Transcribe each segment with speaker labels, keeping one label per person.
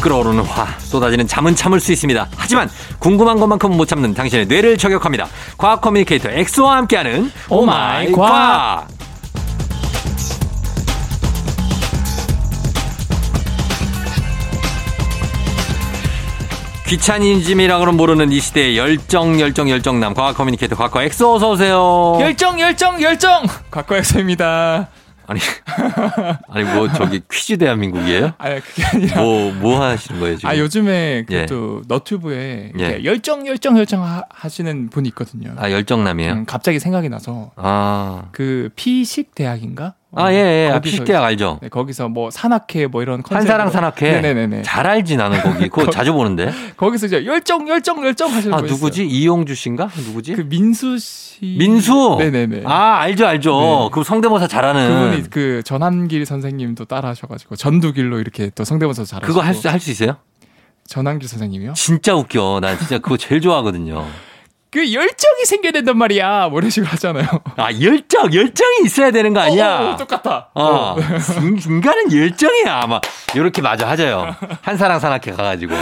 Speaker 1: 끓어오르는 화, 쏟아지는 잠은 참을 수 있습니다. 하지만 궁금한 것만큼은 못 참는 당신의 뇌를 저격합니다. 과학 커뮤니케이터 엑소와 함께하는 오마이
Speaker 2: 오마이
Speaker 1: 과학.
Speaker 2: 과학.
Speaker 1: 귀차니즘이라고는 모르는 이 시대의 열정, 열정, 열정남 과학 커뮤니케이터 과거 엑소 어서 오세요.
Speaker 2: 열정 열정 열정 곽과엑서입니다.
Speaker 1: 아니, 아니 뭐 저기 퀴즈 대한민국이에요?
Speaker 2: 아 그게 아니라
Speaker 1: 뭐 뭐 하시는 거예요 지금?
Speaker 2: 아 요즘에
Speaker 1: 예.
Speaker 2: 그또 너튜브에
Speaker 1: 예.
Speaker 2: 이렇게 열정 열정 열정 하, 시는 분이 있거든요.
Speaker 1: 아, 열정남이에요.
Speaker 2: 음, 갑자기 생각이 나서
Speaker 1: 아,
Speaker 2: 그 피식 대학인가? 어,
Speaker 1: 아 예, 예. 아,
Speaker 2: 거기서
Speaker 1: 피식대학 알죠?
Speaker 2: 네, 거기서 뭐 산악회 뭐 이런 컨셉
Speaker 1: 한사랑 산악회.
Speaker 2: 네네네.
Speaker 1: 잘 알지 나는 거기. 그거 자주 보는데.
Speaker 2: 거기서 이제 열정 열정 열정 하시는
Speaker 1: 아
Speaker 2: 분
Speaker 1: 누구지? 이용주 씨인가? 누구지?
Speaker 2: 있어요. 그 민수 씨.
Speaker 1: 민수.
Speaker 2: 네네네.
Speaker 1: 아 알죠 알죠.
Speaker 2: 네.
Speaker 1: 그 성대모사 잘하는.
Speaker 2: 그분이 그 전한길 선생님도 따라하셔가지고 전두길로 이렇게 또 성대모사 잘하시고
Speaker 1: 그거 할 수 할 수 있어요?
Speaker 2: 전한길 선생님이요?
Speaker 1: 진짜 웃겨. 난 진짜 그거 제일 좋아하거든요.
Speaker 2: 그 열정이 생겨야 된단 말이야 뭐 이런 식으로 하잖아요
Speaker 1: 아 열정 열정이 있어야 되는 거
Speaker 2: 어,
Speaker 1: 아니야?
Speaker 2: 어, 똑같아
Speaker 1: 어, 인- 인간은 열정이야. 아마 요렇게 맞아 하자요. 한사랑 산악회 가가지고.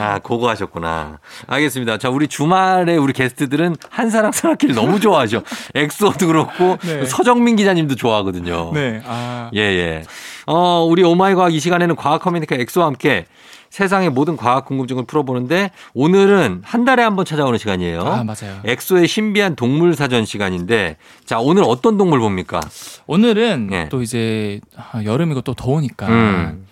Speaker 1: 아, 그거 하셨구나. 알겠습니다. 자, 우리 주말에 우리 게스트들은 한사랑 산악회를 너무 좋아하셔. 엑소도 그렇고
Speaker 2: 네.
Speaker 1: 서정민 기자님도 좋아하거든요.
Speaker 2: 네. 아,
Speaker 1: 예, 예. 어, 우리 오마이 과학 이 시간에는 과학 커뮤니케 엑소와 함께 세상의 모든 과학 궁금증을 풀어보는데 오늘은 한 달에 한 번 찾아오는 시간이에요.
Speaker 2: 아, 맞아요.
Speaker 1: 엑소의 신비한 동물 사전 시간인데 자, 오늘 어떤 동물 봅니까?
Speaker 2: 오늘은
Speaker 1: 예.
Speaker 2: 또 이제 아, 여름이고 또 더우니까
Speaker 1: 음.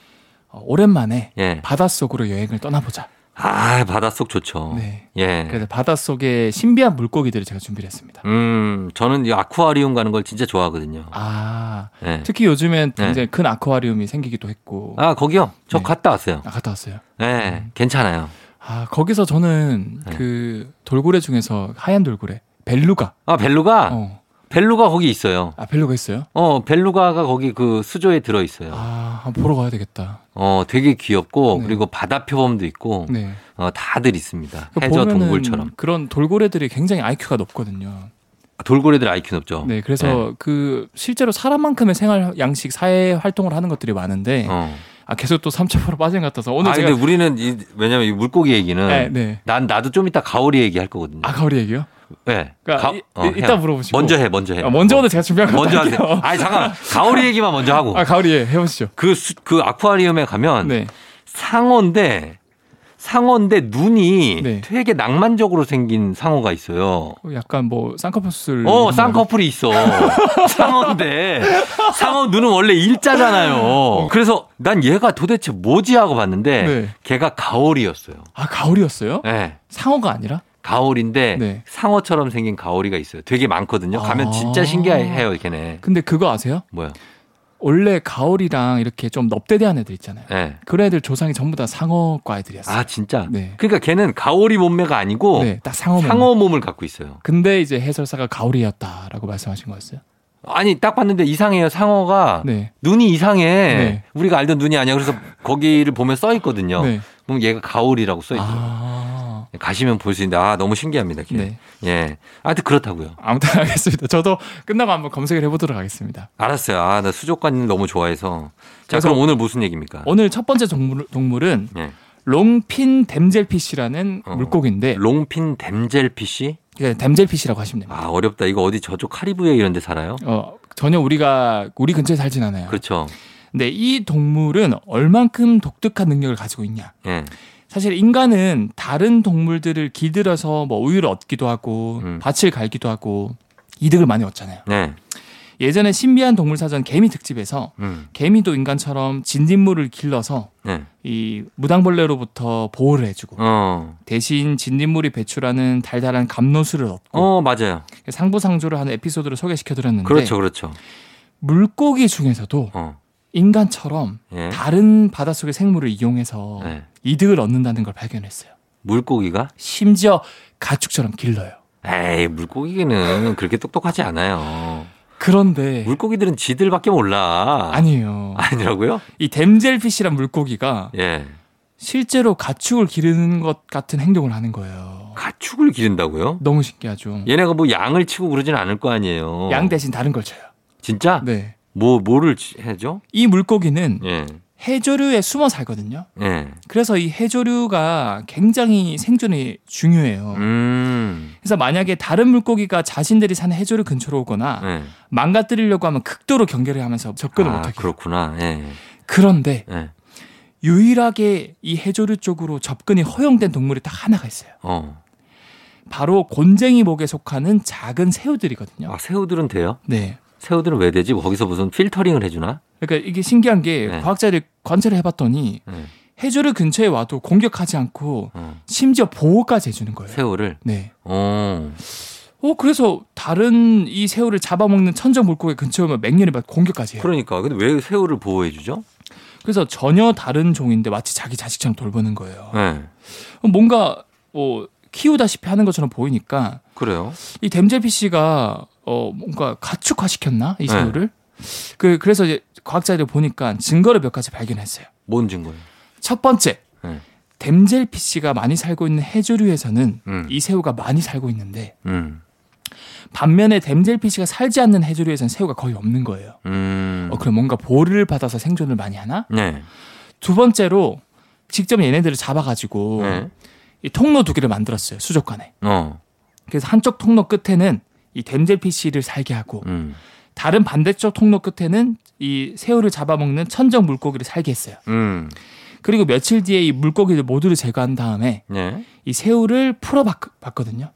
Speaker 2: 어, 오랜만에
Speaker 1: 예.
Speaker 2: 바닷속으로 여행을 떠나보자.
Speaker 1: 아, 바닷속 좋죠.
Speaker 2: 네.
Speaker 1: 예.
Speaker 2: 그래서 바닷속의 신비한 물고기들을 제가 준비를 했습니다.
Speaker 1: 음, 저는 이 아쿠아리움 가는 걸 진짜 좋아하거든요.
Speaker 2: 아,
Speaker 1: 예.
Speaker 2: 특히 요즘엔
Speaker 1: 네.
Speaker 2: 굉장히 큰 아쿠아리움이 생기기도 했고. 아,
Speaker 1: 아, 거기요? 저
Speaker 2: 네. 음.
Speaker 1: 갔다 왔어요.
Speaker 2: 갔다 왔어요.
Speaker 1: 예, 괜찮아요.
Speaker 2: 아, 거기서 저는
Speaker 1: 네.
Speaker 2: 그 돌고래 중에서 하얀 돌고래, 벨루가.
Speaker 1: 아, 벨루가?
Speaker 2: 어.
Speaker 1: 벨루가 거기 있어요.
Speaker 2: 아, 벨루가 있어요?
Speaker 1: 어, 벨루가가 거기 그 수조에 들어있어요.
Speaker 2: 아, 한번 보러 가야 되겠다.
Speaker 1: 어, 되게 귀엽고,
Speaker 2: 네.
Speaker 1: 그리고 바다 표범도 있고,
Speaker 2: 네.
Speaker 1: 어, 다들 있습니다.
Speaker 2: 그
Speaker 1: 해저
Speaker 2: 보면은
Speaker 1: 동굴처럼.
Speaker 2: 그런 돌고래들이 굉장히 IQ가 높거든요.
Speaker 1: 아, 돌고래들 IQ 높죠?
Speaker 2: 네, 그래서 그 실제로 사람만큼의 생활 양식, 사회 활동을 하는 것들이 많은데
Speaker 1: 어.
Speaker 2: 아 계속 또 삼첩으로 빠진 것 같아서 오늘
Speaker 1: 아,
Speaker 2: 제가
Speaker 1: 근데 우리는, 이, 왜냐면 이 물고기 얘기는,
Speaker 2: 네, 네.
Speaker 1: 난, 나도 좀 이따 가오리 얘기할 거거든요.
Speaker 2: 아 가오리 얘기요?
Speaker 1: 네.
Speaker 2: 그러니까 이- 이- 이따
Speaker 1: 해요.
Speaker 2: 물어보시고.
Speaker 1: 먼저 해, 먼저 해.
Speaker 2: 아, 먼저 오늘 제가 준비한 거
Speaker 1: 네. 먼저 하세요. 아니 잠깐 가오리 얘기만 먼저 하고
Speaker 2: 아 가오리 예, 해보시죠.
Speaker 1: 그, 수- 그 아쿠아리움에 가면
Speaker 2: 네.
Speaker 1: 상어인데 상어인데 눈이
Speaker 2: 네.
Speaker 1: 되게 낭만적으로 생긴 상어가 있어요.
Speaker 2: 어, 약간 뭐 쌍꺼풀술.
Speaker 1: 어, 쌍꺼풀이 있어. 상어인데 상어 눈은 원래 일자잖아요. 그래서 난 얘가 도대체 뭐지 하고 봤는데
Speaker 2: 어. 네.
Speaker 1: 걔가 가오리였어요.
Speaker 2: 아 가오리였어요?
Speaker 1: 네.
Speaker 2: 상어가 아니라?
Speaker 1: 가오리인데
Speaker 2: 네.
Speaker 1: 상어처럼 생긴 가오리가 있어요. 되게 많거든요. 가면
Speaker 2: 아.
Speaker 1: 진짜 신기해요, 걔네.
Speaker 2: 근데 그거 아세요?
Speaker 1: 뭐야?
Speaker 2: 원래 가오리랑 이렇게 좀 넙대대한 애들 있잖아요.
Speaker 1: 네.
Speaker 2: 그런 애들 조상이 전부 다 상어과 애들이었어요.
Speaker 1: 아, 진짜.
Speaker 2: 네.
Speaker 1: 그러니까 걔는 가오리 몸매가 아니고
Speaker 2: 네, 딱 상어. 몸.
Speaker 1: 상어 몸을 갖고 있어요.
Speaker 2: 근데 이제 해설사가 가오리였다라고 말씀하신 거였어요.
Speaker 1: 아니 딱 봤는데 이상해요. 상어가
Speaker 2: 네.
Speaker 1: 눈이 이상해.
Speaker 2: 네.
Speaker 1: 우리가 알던 눈이 아니야. 그래서 거기를 보면 써 있거든요.
Speaker 2: 네.
Speaker 1: 그럼 얘가 가오리라고 써 있어요.
Speaker 2: 아.
Speaker 1: 가시면 볼 수 있는데 아 너무 신기합니다. 걔.
Speaker 2: 네.
Speaker 1: 예. 하여튼 그렇다고요.
Speaker 2: 아무튼 알겠습니다. 저도 끝나고 한번 검색을 해보도록 하겠습니다.
Speaker 1: 알았어요. 아 나 수족관님 너무 좋아해서. 자
Speaker 2: 그래서- 어,
Speaker 1: 그럼 오늘 무슨 얘기입니까?
Speaker 2: 오늘 첫 번째 동물, 동물은
Speaker 1: 예.
Speaker 2: 롱핀 댐젤피시라는
Speaker 1: 어.
Speaker 2: 물고기인데
Speaker 1: 롱핀 댐젤피시?
Speaker 2: 예, 댐젤피시라고 하시면 됩니다.
Speaker 1: 아 어렵다. 이거 어디 저쪽 카리브해 이런 데 살아요?
Speaker 2: 어, 전혀 우리가 우리 근처에 살진 않아요.
Speaker 1: 그렇죠.
Speaker 2: 근데 이 동물은 얼만큼 독특한 능력을 가지고 있냐?
Speaker 1: 예.
Speaker 2: 사실 인간은 다른 동물들을 기들여서 뭐 우유를 얻기도 하고
Speaker 1: 음.
Speaker 2: 밭을 갈기도 하고 이득을 많이 얻잖아요.
Speaker 1: 네.
Speaker 2: 예전에 신비한 동물 사전 개미 특집에서
Speaker 1: 음.
Speaker 2: 개미도 인간처럼 진딧물을 길러서
Speaker 1: 네.
Speaker 2: 이 무당벌레로부터 보호를 해주고
Speaker 1: 어.
Speaker 2: 대신 진딧물이 배출하는 달달한 감노수를 얻고
Speaker 1: 어 맞아요.
Speaker 2: 상부상조를 하는 에피소드를 소개시켜드렸는데
Speaker 1: 그렇죠, 그렇죠.
Speaker 2: 물고기 중에서도
Speaker 1: 어.
Speaker 2: 인간처럼
Speaker 1: 예.
Speaker 2: 다른 어. 바닷속의 생물을 이용해서
Speaker 1: 예.
Speaker 2: 이득을 얻는다는 걸 발견했어요.
Speaker 1: 물고기가?
Speaker 2: 심지어 가축처럼 길러요.
Speaker 1: 에이, 물고기는 그렇게 똑똑하지 않아요.
Speaker 2: 그런데
Speaker 1: 물고기들은 지들밖에 몰라.
Speaker 2: 네. 아니에요.
Speaker 1: 아니라고요?
Speaker 2: 이 댐젤피시란 물고기가
Speaker 1: 예.
Speaker 2: 실제로 가축을 기르는 것 같은 행동을 하는 거예요.
Speaker 1: 가축을 기른다고요?
Speaker 2: 너무 신기하죠.
Speaker 1: 얘네가 뭐 양을 치고 그러진 않을 거 아니에요.
Speaker 2: 양 대신 다른 걸 쳐요.
Speaker 1: 진짜?
Speaker 2: 네.
Speaker 1: 뭐, 뭐를 치- 해죠?
Speaker 2: 이 물고기는
Speaker 1: 예.
Speaker 2: 해조류에 숨어 살거든요.
Speaker 1: 예.
Speaker 2: 그래서 이 해조류가 굉장히 생존이 중요해요.
Speaker 1: 음.
Speaker 2: 그래서 만약에 다른 물고기가 자신들이 사는 해조류 근처로 오거나
Speaker 1: 예.
Speaker 2: 망가뜨리려고 하면 극도로 경계를 하면서 접근을
Speaker 1: 아,
Speaker 2: 아, 못하게.
Speaker 1: 그렇구나. 예.
Speaker 2: 그런데
Speaker 1: 예.
Speaker 2: 유일하게 이 해조류 쪽으로 접근이 허용된 동물이 딱 하나가 있어요.
Speaker 1: 어.
Speaker 2: 바로 곤쟁이목에 속하는 작은 새우들이거든요.
Speaker 1: 아, 새우들은 돼요?
Speaker 2: 네.
Speaker 1: 새우들은 왜 되지? 거기서 무슨 필터링을 해주나?
Speaker 2: 그러니까 이게 신기한 게
Speaker 1: 네.
Speaker 2: 과학자들이 관찰을 해봤더니
Speaker 1: 예.
Speaker 2: 해조류 근처에 와도 공격하지 않고
Speaker 1: 어.
Speaker 2: 심지어 보호까지 해주는 거예요.
Speaker 1: 새우를.
Speaker 2: 네.
Speaker 1: 어.
Speaker 2: 어 그래서 다른 이 새우를 잡아먹는 천적 물고기 근처에 오면 맹렬히 막 공격까지 해요.
Speaker 1: 그러니까. 근데 왜 새우를 보호해주죠?
Speaker 2: 그래서 전혀 다른 종인데 마치 자기 자식처럼 돌보는 거예요. 어,
Speaker 1: 예.
Speaker 2: 뭔가 뭐 키우다시피 하는 것처럼 보이니까
Speaker 1: 그래요.
Speaker 2: 이 댐젤피쉬가 어 뭔가 가축화 시켰나 이 새우를 그 그래서 이제 과학자들이 보니까 증거를 몇 가지 발견했어요.
Speaker 1: 뭔 증거예요?
Speaker 2: 첫 번째
Speaker 1: 네.
Speaker 2: 댐젤피쉬가 많이 살고 있는 해조류에서는
Speaker 1: 음.
Speaker 2: 이 새우가 많이 살고 있는데
Speaker 1: 음.
Speaker 2: 반면에 댐젤피쉬가 살지 않는 해조류에서는 새우가 거의 없는 거예요.
Speaker 1: 음.
Speaker 2: 어, 그럼 뭔가 보호를 받아서 생존을 많이 하나?
Speaker 1: 네.
Speaker 2: 두 번째로 직접 얘네들을 잡아가지고
Speaker 1: 네.
Speaker 2: 이 통로 두 개를 만들었어요 수족관에.
Speaker 1: 어.
Speaker 2: 그래서 한쪽 통로 끝에는 이 댐젤피쉬를 살게 하고
Speaker 1: 음.
Speaker 2: 다른 반대쪽 통로 끝에는 이 새우를 잡아먹는 천적 물고기를 살게 했어요.
Speaker 1: 음.
Speaker 2: 그리고 며칠 뒤에 이 물고기를 모두를 제거한 다음에
Speaker 1: 네.
Speaker 2: 이 새우를 풀어봤거든요.
Speaker 1: 네.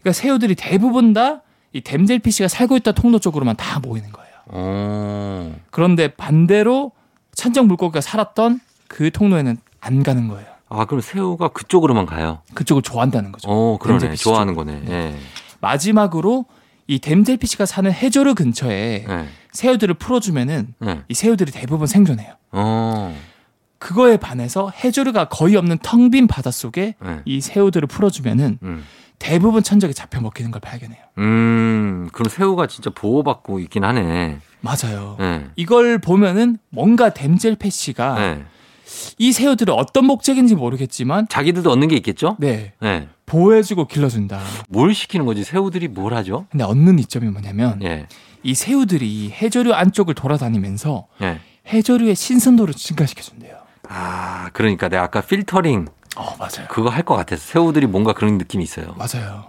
Speaker 2: 그러니까 새우들이 대부분 다 이 댐젤피쉬가 살고 있다 통로 쪽으로만 다 모이는 거예요.
Speaker 1: 어.
Speaker 2: 그런데 반대로 천적 물고기가 살았던 그 통로에는 안 가는 거예요.
Speaker 1: 아, 그럼 새우가 그쪽으로만 가요.
Speaker 2: 그쪽을 좋아한다는 거죠.
Speaker 1: 어, 그러네.
Speaker 2: 댐젤피쉬
Speaker 1: 좋아하는 거네. 예.
Speaker 2: 마지막으로 이 댐젤피쉬가 사는 해조류 근처에
Speaker 1: 예.
Speaker 2: 새우들을 풀어주면은
Speaker 1: 예.
Speaker 2: 이 새우들이 대부분 생존해요.
Speaker 1: 어.
Speaker 2: 그거에 반해서 해조류가 거의 없는 텅 빈 바닷속에
Speaker 1: 예.
Speaker 2: 이 새우들을 풀어주면은
Speaker 1: 음.
Speaker 2: 대부분 천적이 잡혀 먹히는 걸 발견해요.
Speaker 1: 음. 그럼 새우가 진짜 보호받고 있긴 하네.
Speaker 2: 맞아요.
Speaker 1: 예.
Speaker 2: 이걸 보면은 뭔가 댐젤 패시가
Speaker 1: 예.
Speaker 2: 이 새우들을 어떤 목적인지 모르겠지만
Speaker 1: 자기들도 얻는 게 있겠죠?
Speaker 2: 네
Speaker 1: 예.
Speaker 2: 보호해주고 길러준다.
Speaker 1: 뭘 시키는 거지? 새우들이 뭘 하죠?
Speaker 2: 근데 얻는 이점이 뭐냐면
Speaker 1: 예.
Speaker 2: 이 새우들이 해조류 안쪽을 돌아다니면서
Speaker 1: 예.
Speaker 2: 해조류의 신선도를 증가시켜준대요.
Speaker 1: 아, 그러니까 내가 아까 필터링
Speaker 2: 어 맞아요.
Speaker 1: 그거 할 것 같아서 새우들이 뭔가 그런 느낌이 있어요.
Speaker 2: 맞아요.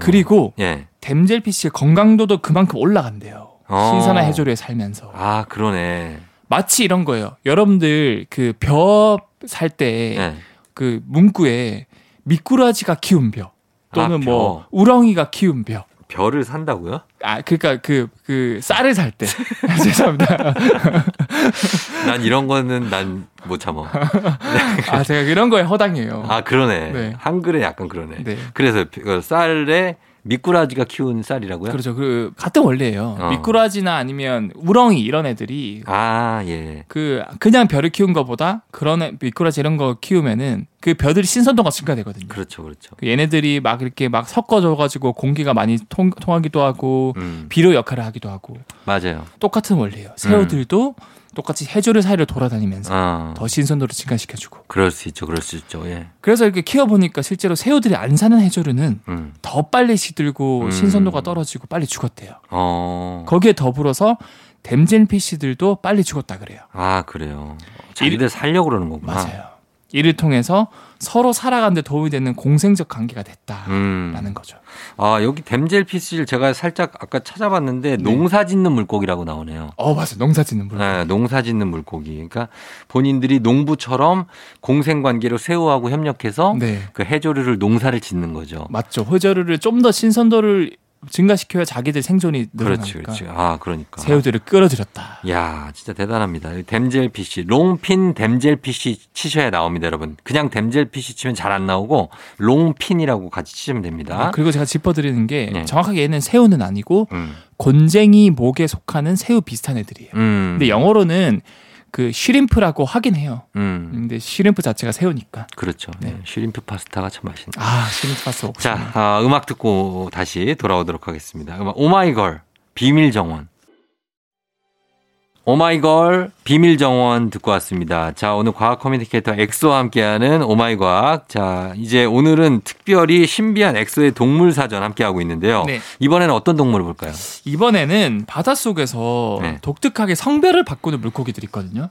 Speaker 2: 그리고
Speaker 1: 예.
Speaker 2: 댐젤피쉬의 건강도도 그만큼 올라간대요.
Speaker 1: 어.
Speaker 2: 신선한 해조류에 살면서.
Speaker 1: 아, 그러네.
Speaker 2: 마치 이런 거예요. 여러분들 그 벼 살 때
Speaker 1: 예.
Speaker 2: 그 문구에 미꾸라지가 키운 벼 또는
Speaker 1: 아, 벼.
Speaker 2: 뭐 우렁이가 키운 벼.
Speaker 1: 별을 산다고요?
Speaker 2: 아 그러니까 그 그 쌀을 살때 죄송합니다.
Speaker 1: 난 이런 거는 난 못 참어.
Speaker 2: 아 제가 이런 거에 허당이에요.
Speaker 1: 아 그러네.
Speaker 2: 네.
Speaker 1: 한글에 약간 그러네.
Speaker 2: 네.
Speaker 1: 그래서 그 쌀에 미꾸라지가 키운 쌀이라고요?
Speaker 2: 그렇죠. 그 같은 원리예요.
Speaker 1: 어.
Speaker 2: 미꾸라지나 아니면 우렁이 이런 애들이
Speaker 1: 아 예.
Speaker 2: 그 그냥 벼를 키운 거보다 그런 애- 미꾸라지 이런 거 키우면은 그 벼들이 신선도가 증가되거든요.
Speaker 1: 그렇죠, 그렇죠.
Speaker 2: 그 얘네들이 막 이렇게 막 섞어져가지고 공기가 많이 통, 통하기도 하고
Speaker 1: 음
Speaker 2: 비료 역할을 하기도 하고
Speaker 1: 맞아요.
Speaker 2: 똑같은
Speaker 1: 음.
Speaker 2: 원리예요. 새우들도 똑같이 해조류 사이를 돌아다니면서
Speaker 1: 어
Speaker 2: 네. 더 신선도를 증가시켜주고
Speaker 1: 그럴 수 있죠, 그럴 수 있죠. 예.
Speaker 2: 그래서 이렇게 키워보니까 실제로 새우들이 안 사는 해조류는
Speaker 1: 음.
Speaker 2: 더 빨리 시들고
Speaker 1: 음.
Speaker 2: 신선도가 떨어지고 빨리 죽었대요.
Speaker 1: 어.
Speaker 2: 거기에 더불어서 댐젠피쉬들도 빨리 죽었다 그래요.
Speaker 1: 아 그래요. 자기들 살려 고 그러는 거구나.
Speaker 2: 맞아요. 이를 통해서 서로 살아가는 데 도움이 되는 공생적 관계가 됐다라는
Speaker 1: 음.
Speaker 2: 거죠.
Speaker 1: 아 여기 댐젤피쉬를 제가 살짝 아까 찾아봤는데
Speaker 2: 네.
Speaker 1: 농사짓는 물고기라고 나오네요.
Speaker 2: 어 맞아요. 농사짓는 물.
Speaker 1: 네, 농사 짓는 물고기. 그러니까 본인들이 농부처럼 공생 관계로 새우하고 협력해서
Speaker 2: 네.
Speaker 1: 그 해조류를 농사를 짓는 거죠.
Speaker 2: 맞죠. 해조류를 좀 더 신선도를 증가시켜야 자기들 생존이 늘어나니까
Speaker 1: 그렇지, 그렇지. 아, 그러니까.
Speaker 2: 새우들을 끌어들였다.
Speaker 1: 야, 진짜 대단합니다. 이 댐젤피쉬, 롱핀 댐젤피쉬 치셔야 나옵니다, 여러분. 그냥 댐젤피쉬 치면 잘 안 나오고 롱핀이라고 같이 치시면 됩니다.
Speaker 2: 아, 그리고 제가 짚어드리는 게
Speaker 1: 네.
Speaker 2: 정확하게 얘는 새우는 아니고
Speaker 1: 음,
Speaker 2: 곤쟁이 목에 속하는 새우 비슷한 애들이에요.
Speaker 1: 음,
Speaker 2: 근데 영어로는 그 쉬림프라고 하긴 해요.
Speaker 1: 음,
Speaker 2: 근데 쉬림프 자체가 새우니까.
Speaker 1: 그렇죠. 네. 슈림프 파스타가 참 맛있네.
Speaker 2: 아 쉬림프 파스 없
Speaker 1: 자, 아, 음악 듣고 다시 돌아오도록 하겠습니다. 음악 오마이걸 비밀 정원. 오마이걸 비밀 정원 듣고 왔습니다. 자, 오늘 과학 커뮤니케이터 엑소와 함께하는 오마이과학. 자, 이제 오늘은 특별히 신비한 엑소의 동물 사전 함께하고 있는데요.
Speaker 2: 네.
Speaker 1: 이번에는 어떤 동물을 볼까요?
Speaker 2: 이번에는 바닷속에서
Speaker 1: 네.
Speaker 2: 독특하게 성별을 바꾸는 물고기들이 있거든요.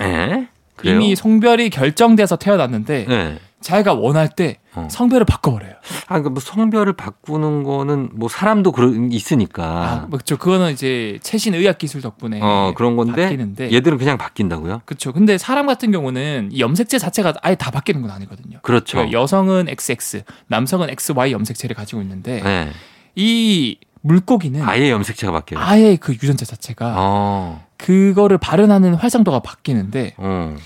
Speaker 1: 예? 그래요?
Speaker 2: 네. 이미 성별이 결정돼서 태어났는데
Speaker 1: 예.
Speaker 2: 자기가 원할 때
Speaker 1: 어.
Speaker 2: 성별을 바꿔버려요.
Speaker 1: 아, 그러니까 뭐 성별을 바꾸는 거는 뭐 사람도 그러, 있으니까.
Speaker 2: 아, 그렇죠. 그거는 이제 최신 의학 기술 덕분에
Speaker 1: 어, 그런 건데
Speaker 2: 바뀌는데
Speaker 1: 얘들은 그냥 바뀐다고요?
Speaker 2: 그렇죠. 근데 사람 같은 경우는 이 염색체 자체가 아예 다 바뀌는 건 아니거든요.
Speaker 1: 그렇죠.
Speaker 2: 그러니까 여성은 XX, 남성은 XY 염색체를 가지고 있는데
Speaker 1: 예.
Speaker 2: 이 물고기는
Speaker 1: 아예 염색체가 바뀌어요.
Speaker 2: 네. 아예 그 유전자 자체가
Speaker 1: 어.
Speaker 2: 그거를 발현하는 활성도가 바뀌는데
Speaker 1: 어.